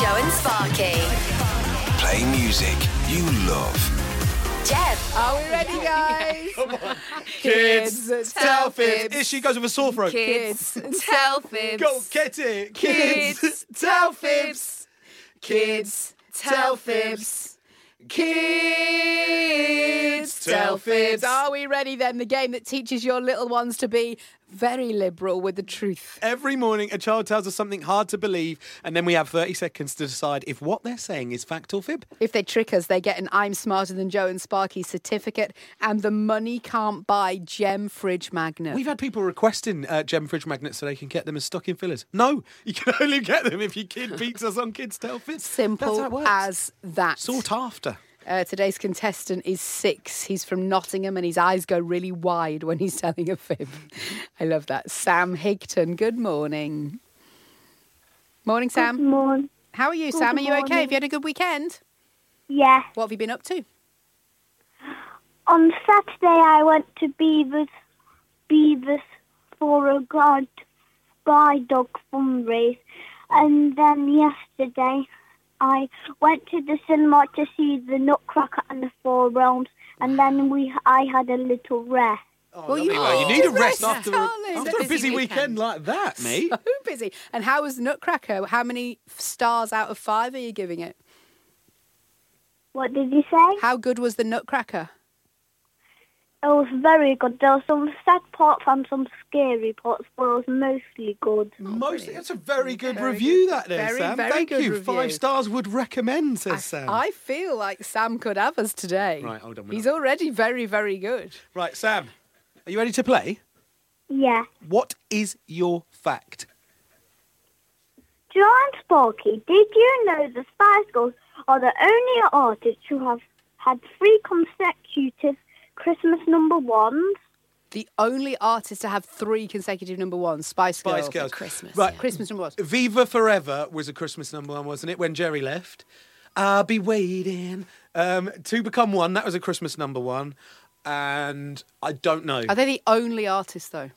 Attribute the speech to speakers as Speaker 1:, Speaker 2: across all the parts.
Speaker 1: Joe and Sparky.
Speaker 2: Play music you love.
Speaker 1: Jeb,
Speaker 3: Are we ready, guys?
Speaker 4: Kids,
Speaker 3: tell
Speaker 4: Here she goes with a sore throat.
Speaker 3: Kids, tell fibs.
Speaker 4: Go get it.
Speaker 3: Kids,
Speaker 4: tell fibs.
Speaker 3: Kids, tell fibs. Kids,
Speaker 4: tell fibs.
Speaker 3: Are we ready then? The game that teaches your little ones to be very liberal with the truth.
Speaker 4: Every morning, a child tells us something hard to believe, and then we have 30 seconds to decide if what they're saying is fact or fib.
Speaker 3: If they trick us, they get an I'm Smarter Than Joe and Sparky certificate and the Money Can't Buy Gem Fridge Magnet.
Speaker 4: We've had people requesting uh, gem fridge magnets so they can get them as stocking fillers. No, you can only get them if your kid beats us on kids' tell fibs. That's how it
Speaker 3: Simple
Speaker 4: works.
Speaker 3: as that.
Speaker 4: Sought after.
Speaker 3: Uh, today's contestant is six. He's from Nottingham and his eyes go really wide when he's telling a fib. I love that. Sam Higton, good morning. Morning, Sam.
Speaker 5: Morning.
Speaker 3: How are you, Sam? Are you okay? Have
Speaker 5: morning.
Speaker 3: you had a good weekend?
Speaker 5: Yeah.
Speaker 3: What have you been up to?
Speaker 5: On Saturday, I went to Beavers, Beavers for a guide, guide dog fundraise, and then yesterday, I went to the cinema to see the Nutcracker and the Four Realms, and then we I had a little rest.
Speaker 4: Oh,
Speaker 3: Well, you
Speaker 4: lovely. Well, you
Speaker 3: need
Speaker 4: need
Speaker 3: to
Speaker 4: a rest,
Speaker 3: rest,
Speaker 4: after, a,
Speaker 3: darling.
Speaker 4: after
Speaker 3: It's
Speaker 4: a
Speaker 3: a
Speaker 4: busy,
Speaker 3: busy
Speaker 4: weekend. like
Speaker 3: weekend.
Speaker 4: that, mate.
Speaker 3: So busy. And how was Nutcracker? How many f- stars out of five are you giving it?
Speaker 5: What did you say?
Speaker 3: How good was the Nutcracker?
Speaker 5: It was very good. There were some sad parts and some scary parts, but it was mostly good.
Speaker 4: Most, that's a very good
Speaker 3: Very
Speaker 4: review,
Speaker 3: good-
Speaker 4: that there,
Speaker 3: very,
Speaker 4: Sam.
Speaker 3: very
Speaker 4: Thank
Speaker 3: good
Speaker 4: you. Five
Speaker 3: review.
Speaker 4: stars would recommend, says Sam.
Speaker 3: I feel like Sam could have us today.
Speaker 4: Right, hold on, we're
Speaker 3: He's
Speaker 4: not-
Speaker 3: already very, very good.
Speaker 4: Right, Sam, are you ready to play?
Speaker 5: Yeah.
Speaker 4: What is your fact?
Speaker 5: John Sparky, did you know the Spice Girls are the only artists who have had three consecutive Christmas number ones?
Speaker 3: The only artist to have three consecutive number ones, Spice Girls.
Speaker 4: Spice Girls.
Speaker 3: For Christmas.
Speaker 4: Right.
Speaker 3: yeah. Christmas number ones.
Speaker 4: Viva Forever was a Christmas number one, wasn't it? When Jerry left. I'll be waiting. Um, to Become One, that was a Christmas number one. And I don't know.
Speaker 3: Are they the only artist though?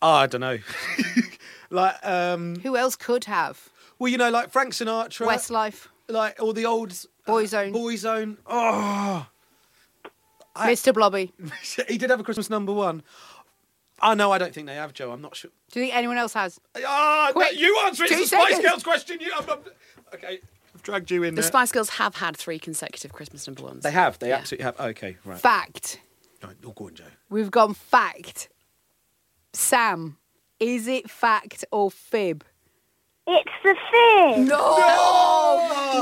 Speaker 4: I don't know. like, um,
Speaker 3: Who else could have?
Speaker 4: well, you know, like Frank Sinatra.
Speaker 3: Westlife,
Speaker 4: Like all the old. uh,
Speaker 3: Boyzone.
Speaker 4: Boyzone. Oh. I-
Speaker 3: Mr. Blobby. Do
Speaker 4: he did have a Christmas number one. Oh, no, I don't think they have, Joe. I'm not sure.
Speaker 3: you think anyone else has?
Speaker 4: Ah,
Speaker 3: Quick,
Speaker 4: you answer it.
Speaker 3: two
Speaker 4: It's the Spice
Speaker 3: seconds.
Speaker 4: Girls question. You, I'm, I'm- okay, I've dragged you in
Speaker 6: The
Speaker 4: there.
Speaker 6: Spice Girls have had three consecutive Christmas number ones.
Speaker 4: they have. They
Speaker 6: Yeah.
Speaker 4: absolutely have. Okay, right.
Speaker 3: Fact.
Speaker 4: right. Oh, go on, Joe.
Speaker 3: We've gone fact. Sam, is it fact or fib?
Speaker 5: It's the fifth.
Speaker 3: No!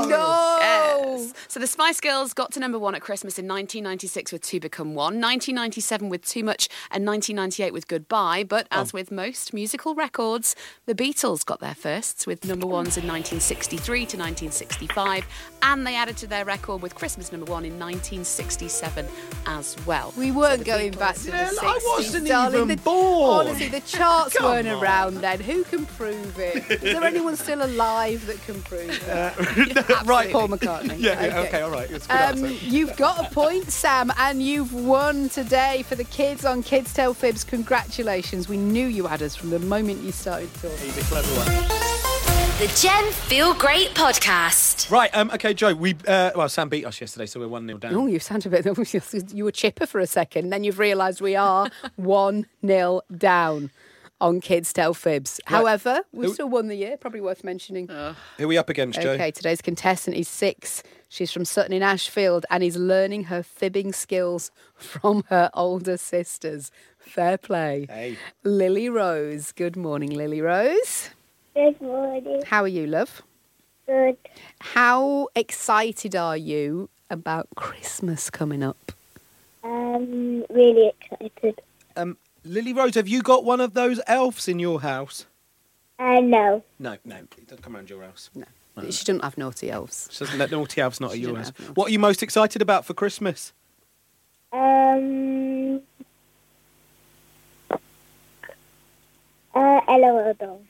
Speaker 3: No!
Speaker 6: Yes. So the Spice Girls got to number one at Christmas in 1996 with Two Become One, 1997 with Too Much, and 1998 with Goodbye. But
Speaker 4: Oh.
Speaker 6: as with most musical records, the Beatles got their firsts with number ones in 1963 to 1965, and they added to their record with Christmas number one in 1967 as well.
Speaker 3: We
Speaker 6: So
Speaker 3: weren't
Speaker 6: the
Speaker 3: going
Speaker 6: Beatles-
Speaker 3: back to the
Speaker 4: Yeah,
Speaker 3: 60s.
Speaker 4: I wasn't
Speaker 3: darling.
Speaker 4: even
Speaker 3: The-
Speaker 4: born.
Speaker 3: Honestly, the charts
Speaker 4: Come
Speaker 3: weren't
Speaker 4: on.
Speaker 3: around then. Who can prove it? Is there anyone still alive that can prove it?
Speaker 4: right.
Speaker 3: Paul McCartney.
Speaker 4: Yeah. Okay. okay all right. It's a good
Speaker 3: Um,
Speaker 4: answer.
Speaker 3: you've got a point, Sam, and you've won today for the kids on Kids Tell Fibs. Congratulations. We knew you had us from the moment you started talking.
Speaker 4: He's a clever one.
Speaker 1: the Jen Feel Great podcast.
Speaker 4: Right. Um. Okay, Joe. We. Uh, well, Sam beat us yesterday, so we're one 0 down.
Speaker 3: Oh, you sound a bit. You were chipper for a second, then you've realised we are 1 0 down on Kids Tell Fibs. However, we
Speaker 4: Who- Oh.
Speaker 3: still won the year, probably worth mentioning.
Speaker 4: Who are we up against, Joe?
Speaker 3: Okay, today's contestant is six. She's from Sutton in Ashfield and is learning her fibbing skills from her older sisters. Fair play.
Speaker 4: Hey.
Speaker 3: Lily Rose. Good morning, Lily Rose.
Speaker 5: Good morning.
Speaker 3: How are you, love?
Speaker 5: Good.
Speaker 3: How excited are you about Christmas coming up?
Speaker 5: Um, really excited.
Speaker 4: Um. Lily Rose, have you got one of those elves in your house?
Speaker 5: I know.
Speaker 4: No, no. It doesn't come around your house. No.
Speaker 3: She doesn't have naughty elves.
Speaker 4: So that naughty elf's not at your
Speaker 3: didn't
Speaker 4: house.
Speaker 3: have naughty
Speaker 4: What are you most excited about for Christmas?
Speaker 5: Um, uh, LOL doll.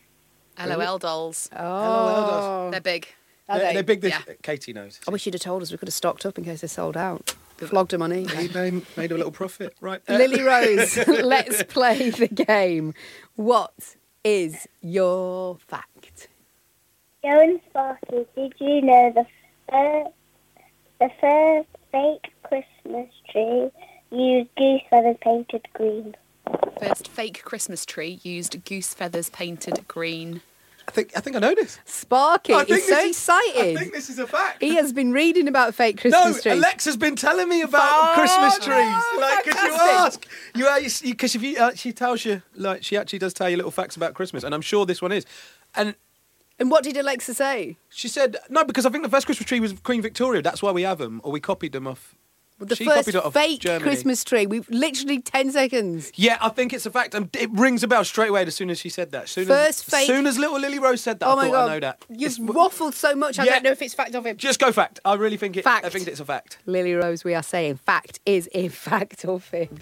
Speaker 6: LOL dolls.
Speaker 4: Oh,
Speaker 6: They're big.
Speaker 3: Are
Speaker 4: they're,
Speaker 3: they?
Speaker 4: they're big. This,
Speaker 6: Yeah.
Speaker 4: Katie knows.
Speaker 3: I wish you'd have told us. We could have stocked up in case they sold out. Flogged them on eBay.
Speaker 4: They made a little profit, right? Uh,
Speaker 3: Lily Rose, let's play the game. What is your fact?
Speaker 5: Joe and Sparky, did you know the first, the first fake Christmas tree used goose feathers painted green?
Speaker 6: First fake Christmas tree used goose feathers painted green.
Speaker 4: I think I think I know this.
Speaker 3: Sparky
Speaker 4: I think
Speaker 3: is so
Speaker 4: this is- I
Speaker 3: excited.
Speaker 4: think this is a fact.
Speaker 3: He has been reading about fake
Speaker 4: No,
Speaker 3: Christmas trees.
Speaker 4: Alexa's been telling me about
Speaker 3: Oh,
Speaker 4: Christmas trees.
Speaker 3: no,
Speaker 4: like, 'cause you ask?
Speaker 3: fantastic.
Speaker 4: You because you, 'cause if you uh, she tells you like she actually does tell you little facts about Christmas, and I'm sure this one is. And
Speaker 3: and what did Alexa say?
Speaker 4: she said no because I think the first Christmas tree was Queen Victoria. That's why we have them, or we copied them off.
Speaker 3: Well, the
Speaker 4: she
Speaker 3: first
Speaker 4: copied it off
Speaker 3: fake
Speaker 4: Germany.
Speaker 3: Christmas tree. We've literally 10 seconds.
Speaker 4: Yeah, I think it's a fact. Um, it rings a bell straight away as soon as she said that. Soon
Speaker 3: First
Speaker 4: as,
Speaker 3: fake-
Speaker 4: soon as little Lily Rose said that,
Speaker 3: oh
Speaker 4: I
Speaker 3: my
Speaker 4: thought
Speaker 3: God.
Speaker 4: I know that.
Speaker 3: You've
Speaker 4: It's-
Speaker 3: waffled so much, I
Speaker 4: Yeah.
Speaker 3: don't know if it's fact or fiction.
Speaker 4: just go fact. I really think it. I
Speaker 3: Fact.
Speaker 4: think it's a fact.
Speaker 3: Lily Rose, we are saying fact is in fact or fib.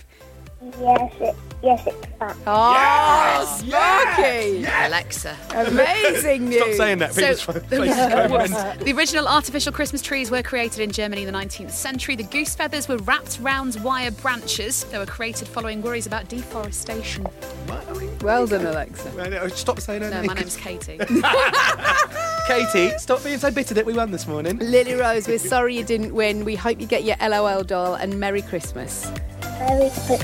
Speaker 5: Yes, it, yes, it's fact.
Speaker 3: Oh, Sparky!
Speaker 6: Alexa.
Speaker 3: Amazing news.
Speaker 4: Stop saying that. People's
Speaker 6: So-
Speaker 4: faces go red.
Speaker 6: The original artificial Christmas trees were created in Germany in the 19th century. The goose feathers were wrapped round wire branches. They were created following worries about deforestation.
Speaker 3: Well done, Alexa.
Speaker 4: No, no, Stop saying her
Speaker 6: No,
Speaker 4: name.
Speaker 6: my name's Katie.
Speaker 4: Katie, stop being so bitter that we won this morning.
Speaker 3: Lily Rose, we're sorry you didn't win. We hope you get your LOL doll and Merry Christmas.
Speaker 5: Very quick.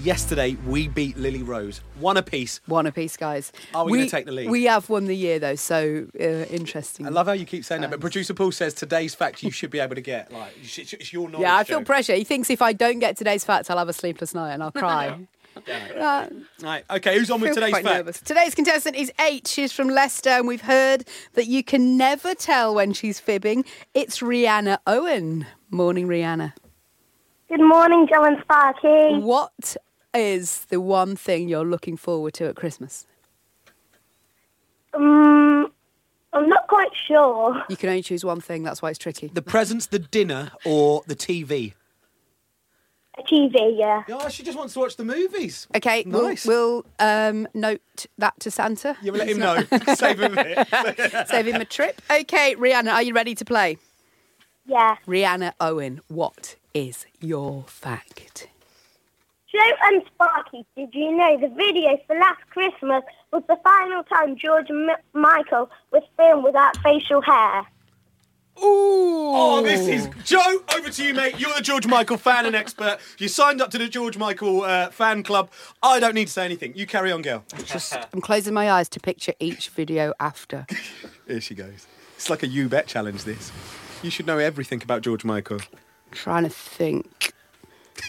Speaker 4: Yesterday, we beat Lily Rose. One apiece.
Speaker 3: One apiece, guys.
Speaker 4: Are we gonna take the lead?
Speaker 3: We have won the year, though, so uh, interesting.
Speaker 4: I love how you keep saying that, but producer Paul says today's fact you should be able to get. Like, it's- it's it's your knowledge.
Speaker 3: Yeah, I feel
Speaker 4: show.
Speaker 3: pressure. He thinks if I don't get today's facts, I'll have a sleepless night and I'll cry. Uh,
Speaker 4: Right, okay, who's on with
Speaker 3: feel
Speaker 4: today's
Speaker 3: quite
Speaker 4: fact?
Speaker 3: nervous. Today's contestant is H. She's from Leicester, and we've heard that you can never tell when she's fibbing. It's Rihanna Owen. Morning, Rihanna.
Speaker 5: Good morning, Joe and Sparky.
Speaker 3: What is the one thing you're looking forward to at Christmas?
Speaker 5: Um, I'm not quite sure.
Speaker 3: You can only choose one thing. That's why it's tricky.
Speaker 4: The presents, the dinner, or the TV?
Speaker 5: A TV, yeah.
Speaker 4: Oh, she just wants to watch the movies.
Speaker 3: Okay, we'll-
Speaker 4: Nice.
Speaker 3: we'll, um, note that to Santa.
Speaker 4: You let him know. Save him a bit.
Speaker 3: Save him a trip. Okay, Rihanna, are you ready to play?
Speaker 5: Yeah.
Speaker 3: Rihanna Owen, what is your fact?
Speaker 5: Joe and Sparky, did you know the video for Last Christmas was the final time George M- Michael was filmed without facial hair?
Speaker 4: Oh, this is Joe. Over to you, mate. You're the George Michael fan and expert. You signed up to the George Michael uh, fan club. I don't need to say anything. You carry on, girl.
Speaker 3: Just, I'm closing my eyes to picture each video after.
Speaker 4: Here she goes. It's like a you bet challenge. This. You should know everything about George Michael.
Speaker 3: trying to think.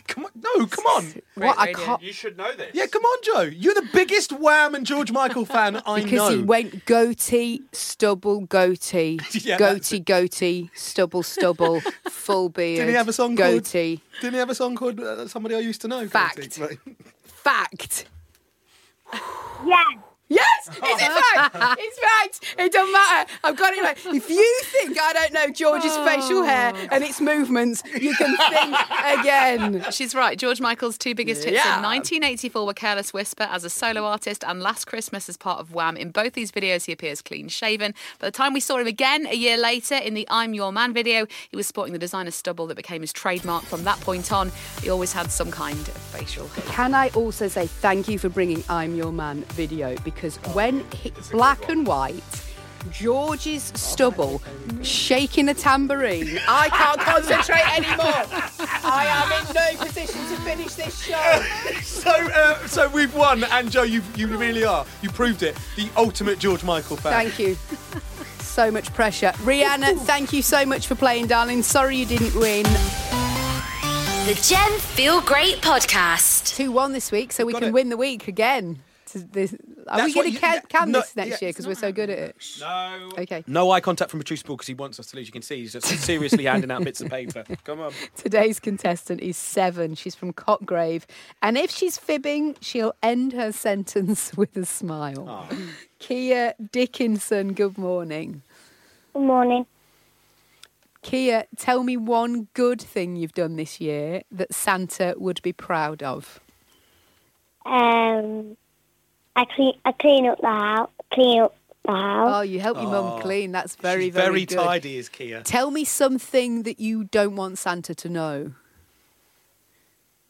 Speaker 4: Come on, no, come on.
Speaker 3: what I
Speaker 6: radio.
Speaker 3: can't.
Speaker 7: You should know this.
Speaker 4: Yeah, come on, Joe. You're the biggest Wham and George Michael fan I
Speaker 3: Because
Speaker 4: know.
Speaker 3: he went goatee, stubble, goatee,
Speaker 4: Yeah, that's
Speaker 3: goatee, goatee, stubble, stubble, full beard.
Speaker 4: Didn't he have a song called-
Speaker 3: Goatee.
Speaker 4: Didn't he have a song called uh, "Somebody I Used to Know"?
Speaker 3: Fact.
Speaker 4: Right.
Speaker 3: Fact.
Speaker 5: Yeah.
Speaker 3: Yes, it's in
Speaker 4: Oh.
Speaker 3: fact. It's fact. It doesn't matter. I've got it right. If you think I don't know George's facial hair and its movements, you can think again.
Speaker 6: She's right. George Michael's two biggest hits
Speaker 3: Yeah.
Speaker 6: in 1984 were Careless Whisper as a solo artist and Last Christmas as part of Wham. In both these videos, he appears clean shaven. By the time we saw him again a year later in the I'm Your Man video, he was sporting the designer stubble that became his trademark. From that point on, he always had some kind of facial hair.
Speaker 3: Can I also say thank you for bringing I'm Your Man video because when he, black and white, George's stubble shaking a tambourine, I can't concentrate anymore. I am in no position to finish this show.
Speaker 4: So, uh, so we've won, and Joe, you you really are. You proved it. The ultimate George Michael fan.
Speaker 3: Thank you. So much pressure. Rihanna, thank you so much for playing, darling. Sorry you didn't win.
Speaker 1: The Gem Feel Great Podcast.
Speaker 3: 2 1 this week, so we
Speaker 4: Got
Speaker 3: can
Speaker 4: it.
Speaker 3: win the week again. To this- Are we
Speaker 4: That's what
Speaker 3: going to
Speaker 4: you-
Speaker 3: can,
Speaker 4: that-
Speaker 3: can
Speaker 4: no,
Speaker 3: this next
Speaker 4: yeah,
Speaker 3: year because we're so good at it?
Speaker 7: No.
Speaker 3: Okay.
Speaker 4: No eye contact from producer Paul because he wants us to lose. You can see he's just seriously handing out bits of paper. Come on.
Speaker 3: Today's contestant is seven. She's from Cottgrave. And if she's fibbing, she'll end her sentence with a smile. Kia Dickinson, good morning.
Speaker 5: Good morning.
Speaker 3: Kia, tell me one good thing you've done this year that Santa would be proud of.
Speaker 5: Um, I clean, I clean up the house. Clean up the
Speaker 3: Oh,
Speaker 5: house.
Speaker 3: you help your mum clean. That's very,
Speaker 4: She's
Speaker 3: very,
Speaker 4: very
Speaker 3: good.
Speaker 4: tidy is Kia.
Speaker 3: Tell me something that you don't want Santa to know.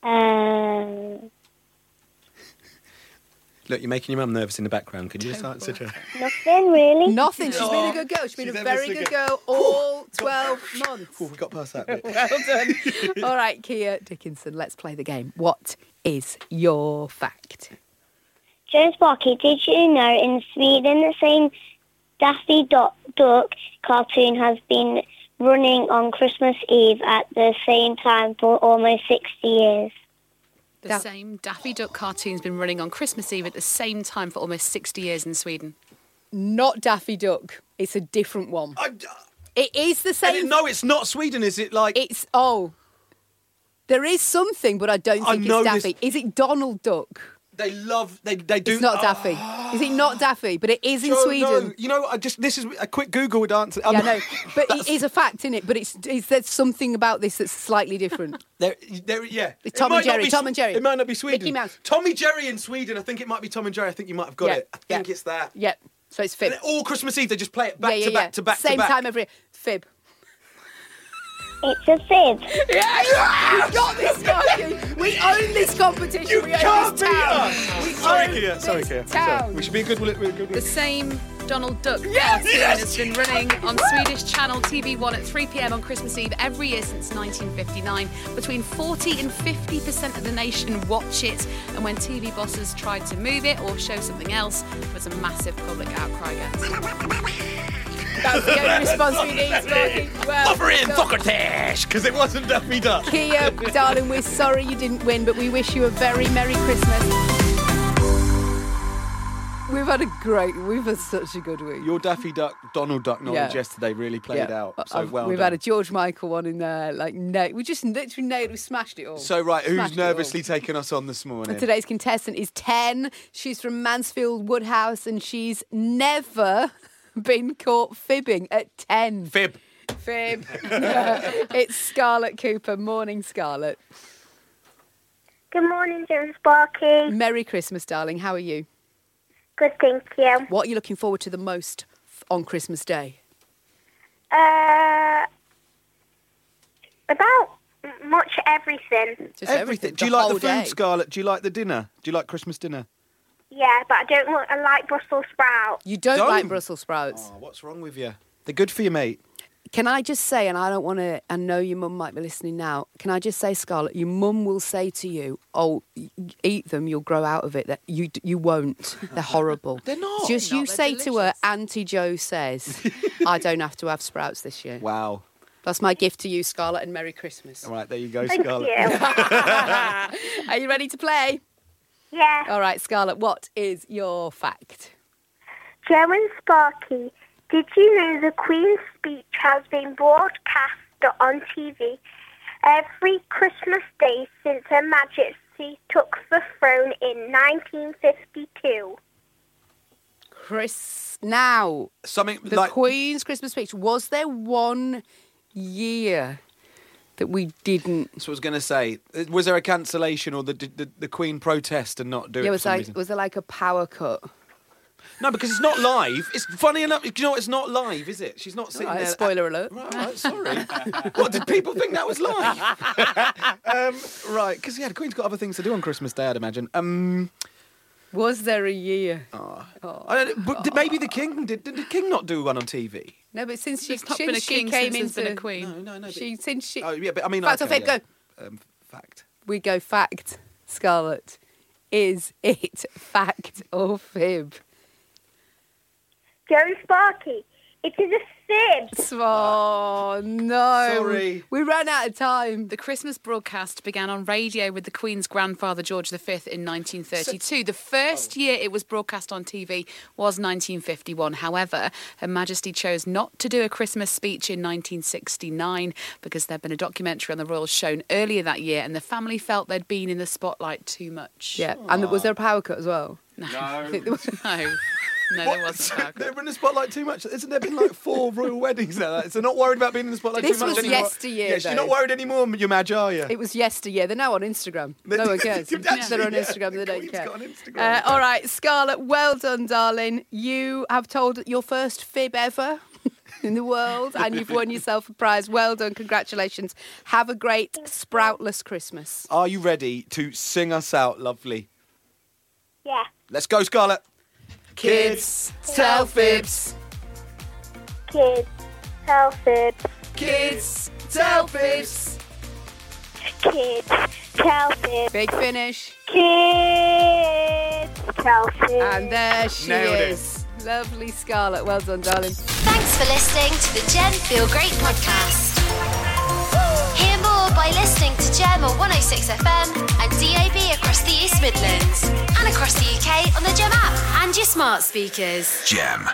Speaker 5: Oh. Um,
Speaker 4: Look, you're making your mum nervous in the background. Could you just answer to her?
Speaker 5: Nothing really.
Speaker 3: Nothing. She's been a good girl. She's been
Speaker 4: She's
Speaker 3: a
Speaker 4: ever
Speaker 3: very
Speaker 4: so
Speaker 3: good
Speaker 4: good.
Speaker 3: girl all 12 months.
Speaker 4: Oh, we got past that bit.
Speaker 3: Well done. all right, Kia Dickinson, let's play the game. What is your fact?
Speaker 5: James Barkey, did you know in Sweden the same Daffy Duck, Duck cartoon has been running on Christmas Eve at the same time for almost 60 years?
Speaker 6: The
Speaker 3: Daf-
Speaker 6: same Daffy Duck cartoon's been running on Christmas Eve at the same time for almost 60 years in Sweden.
Speaker 3: Not Daffy Duck. It's a different one.
Speaker 4: I,
Speaker 3: It is
Speaker 4: Uh,
Speaker 3: the
Speaker 4: I
Speaker 3: same.
Speaker 4: didn't know it's not Sweden, is it? Like,
Speaker 3: It's oh, there is something, but I don't
Speaker 4: I
Speaker 3: think
Speaker 4: know
Speaker 3: it's
Speaker 4: this-
Speaker 3: Daffy. Is it Donald Duck?
Speaker 4: they love, they, they do.
Speaker 3: It's not
Speaker 4: Oh,
Speaker 3: Daffy. Is it not Daffy? But it is in
Speaker 4: Joe,
Speaker 3: Sweden.
Speaker 4: No. You know, I just, this is a quick Google would answer. I'm
Speaker 3: Yeah,
Speaker 4: not-
Speaker 3: no, but it is a fact, isn't it? But it's, it's there's something about this that's slightly different.
Speaker 4: There, there, yeah.
Speaker 3: It's Tom
Speaker 4: It might
Speaker 3: and
Speaker 4: not
Speaker 3: Jerry,
Speaker 4: be-
Speaker 3: Tom and Jerry.
Speaker 4: It might not be Sweden.
Speaker 3: Mickey Mouse.
Speaker 4: Tom and Jerry in Sweden. I think it might be Tom and Jerry. I think you might have got
Speaker 3: Yeah,
Speaker 4: it. I
Speaker 3: yeah.
Speaker 4: think it's that.
Speaker 3: yep. So it's fib.
Speaker 4: And all Christmas Eve, they just play it back
Speaker 3: yeah, yeah,
Speaker 4: to back
Speaker 3: yeah.
Speaker 4: to back
Speaker 3: Same
Speaker 4: to back.
Speaker 3: time every year. Fib.
Speaker 5: It's a fib.
Speaker 3: Yeah, we got this, Sparky. We own this competition.
Speaker 4: You
Speaker 3: we own
Speaker 4: can't
Speaker 3: this
Speaker 4: beat
Speaker 3: town.
Speaker 4: us!
Speaker 3: We
Speaker 4: Sorry,
Speaker 3: own
Speaker 4: Kia. Sorry,
Speaker 3: this
Speaker 4: Kia. Sorry.
Speaker 3: Town.
Speaker 4: We should be a good. Will, we're a good
Speaker 6: The same Donald Duck
Speaker 4: Yes,
Speaker 6: cartoon
Speaker 4: yes.
Speaker 6: has been running on Swedish channel TV1 at 3 pm on Christmas Eve every year since 1959. Between 40 and 50% of the nation watch it, and when TV bosses tried to move it or show something else, there was a massive public outcry against it.
Speaker 3: That's the only response we need, Sparky. Well,
Speaker 4: Offer in
Speaker 3: done.
Speaker 4: Fockatash, because it wasn't Daffy Duck.
Speaker 3: Kia, darling, we're sorry you didn't win, but we wish you a very Merry Christmas. We've had a great, we've had such a good week.
Speaker 4: Your Daffy Duck, Donald Duck knowledge
Speaker 3: Yeah.
Speaker 4: yesterday really played out. So
Speaker 3: I've-
Speaker 4: well
Speaker 3: We've
Speaker 4: done.
Speaker 3: had a George Michael one in there, like na- we just literally nailed, we smashed it all.
Speaker 4: so right, who's
Speaker 3: Smashed it all.
Speaker 4: nervously taking us on this morning?
Speaker 3: And today's contestant is 10. She's from Mansfield Woodhouse and she's never been caught fibbing at 10.
Speaker 4: Fib.
Speaker 3: Fib. it's Scarlett Cooper. Morning, Scarlett.
Speaker 5: Good morning, James Barkey.
Speaker 3: Merry Christmas, darling. How are you?
Speaker 5: Good, thank you.
Speaker 3: What are you looking forward to the most f- on Christmas Day?
Speaker 5: Uh, about much everything.
Speaker 3: Just
Speaker 4: Everything. Do you
Speaker 3: the
Speaker 4: like the
Speaker 3: whole
Speaker 4: food,
Speaker 3: day.
Speaker 4: Scarlett? Do you like the dinner? Do you like Christmas dinner?
Speaker 5: Yeah, but I don't want, I like Brussels sprouts.
Speaker 3: You don't, like
Speaker 4: Don't.
Speaker 3: Brussels sprouts.
Speaker 4: Oh, what's wrong with you? They're good for you, mate.
Speaker 3: Can I just say, and I don't want to, I know your mum might be listening now. Can I just say, Scarlett, your mum will say to you, "Oh, y- eat them, you'll grow out of it." That you d- you won't. They're horrible.
Speaker 4: They're not.
Speaker 3: Just
Speaker 6: They're
Speaker 3: you
Speaker 6: not. They're
Speaker 3: say to her,
Speaker 6: delicious.
Speaker 3: Auntie Joe says, "I don't have to have sprouts this year."
Speaker 4: Wow.
Speaker 3: That's my gift to you, Scarlett, and Merry Christmas.
Speaker 4: All right, there you go,
Speaker 5: Thank
Speaker 4: Scarlett.
Speaker 5: you.
Speaker 3: Are you ready to play?
Speaker 5: yeah.
Speaker 3: All right, Scarlett. What is your fact?
Speaker 5: Joe and Sparky, did you know the Queen's speech has been broadcast on TV every Christmas day since Her Majesty took the throne in 1952?
Speaker 3: Chris, now
Speaker 4: Something
Speaker 3: the
Speaker 4: like
Speaker 3: Queen's Christmas speech. Was there one year that we didn't?
Speaker 4: So I was going to say, uh, was there a cancellation or the, the the Queen protest and not do it?
Speaker 3: Yeah,
Speaker 4: for
Speaker 3: was
Speaker 4: some
Speaker 3: like
Speaker 4: reason?
Speaker 3: was there like a power cut?
Speaker 4: no, because it's not live. It's funny enough. Do you know what? It's not live, is it? She's not sitting
Speaker 3: All right,
Speaker 4: there. uh,
Speaker 3: spoiler alert.
Speaker 4: Right, all right, sorry. what did people think that was live? um, right, because yeah, the Queen's got other things to do on Christmas Day, I'd imagine. Um,
Speaker 3: Was there a year?
Speaker 4: Oh. I don't, but did, maybe the King did. Did the King not do one on TV?
Speaker 3: No, but since she
Speaker 6: There's not
Speaker 3: since
Speaker 6: been a
Speaker 3: she
Speaker 6: king
Speaker 3: came
Speaker 6: since there's
Speaker 3: into
Speaker 6: been a queen.
Speaker 4: No, no, no. but-
Speaker 3: she since she
Speaker 4: oh, yeah, but I mean,
Speaker 3: fact or
Speaker 4: okay,
Speaker 3: fib,
Speaker 4: yeah.
Speaker 3: go.
Speaker 4: Um, fact.
Speaker 3: We go fact, Scarlett. Is it fact or fib?
Speaker 5: Joe and Sparky, it is a fib.
Speaker 3: Oh no!
Speaker 4: Sorry.
Speaker 3: we ran out of time.
Speaker 6: The Christmas broadcast began on radio with the Queen's grandfather George V in 1932. the first year it was broadcast on TV was 1951. However, Her Majesty chose not to do a Christmas speech in 1969 because there'd been a documentary on the royals shown earlier that year and the family felt they'd been in the spotlight too much.
Speaker 3: Yeah, and was there a power cut as well?
Speaker 6: No. No, there wasn't. a power
Speaker 4: They're
Speaker 6: cut.
Speaker 4: in the spotlight too much. Isn't there been like four royal weddings now? So not worried about being in the spotlight
Speaker 3: This
Speaker 4: too much
Speaker 3: was
Speaker 4: anymore.
Speaker 3: yesteryear,
Speaker 4: Yes, you're
Speaker 3: though.
Speaker 4: not worried anymore, your Madge, are you?
Speaker 3: It was yesteryear. They're now on Instagram. No one cares.
Speaker 4: Actually,
Speaker 3: They're on
Speaker 4: yeah,
Speaker 3: Instagram. They
Speaker 4: the
Speaker 3: don't
Speaker 4: Queen's
Speaker 3: care.
Speaker 4: got an Instagram.
Speaker 3: Uh, all right, Scarlett. Well done, darling. You have told your first fib ever in the world, and you've won yourself a prize. Well done. Congratulations. Have a great sproutless Christmas.
Speaker 4: Are you ready to sing us out, lovely?
Speaker 5: Yeah.
Speaker 7: Let's go, Scarlett.
Speaker 6: Kids tell fibs.
Speaker 5: Kids, tell fibs.
Speaker 6: Kids tell fibs.
Speaker 5: Kids, tell fibs.
Speaker 3: Big finish.
Speaker 5: Kids, tell fibs.
Speaker 3: And there she
Speaker 4: Nailed it.
Speaker 3: is. Lovely Scarlet. Well done, darling.
Speaker 1: Thanks for listening to the Jen Feel Great podcast. Hear more by listening to Gem on 106 FM and DAB across the East Midlands and across the UK on the Gem app and your smart speakers.
Speaker 2: Gem.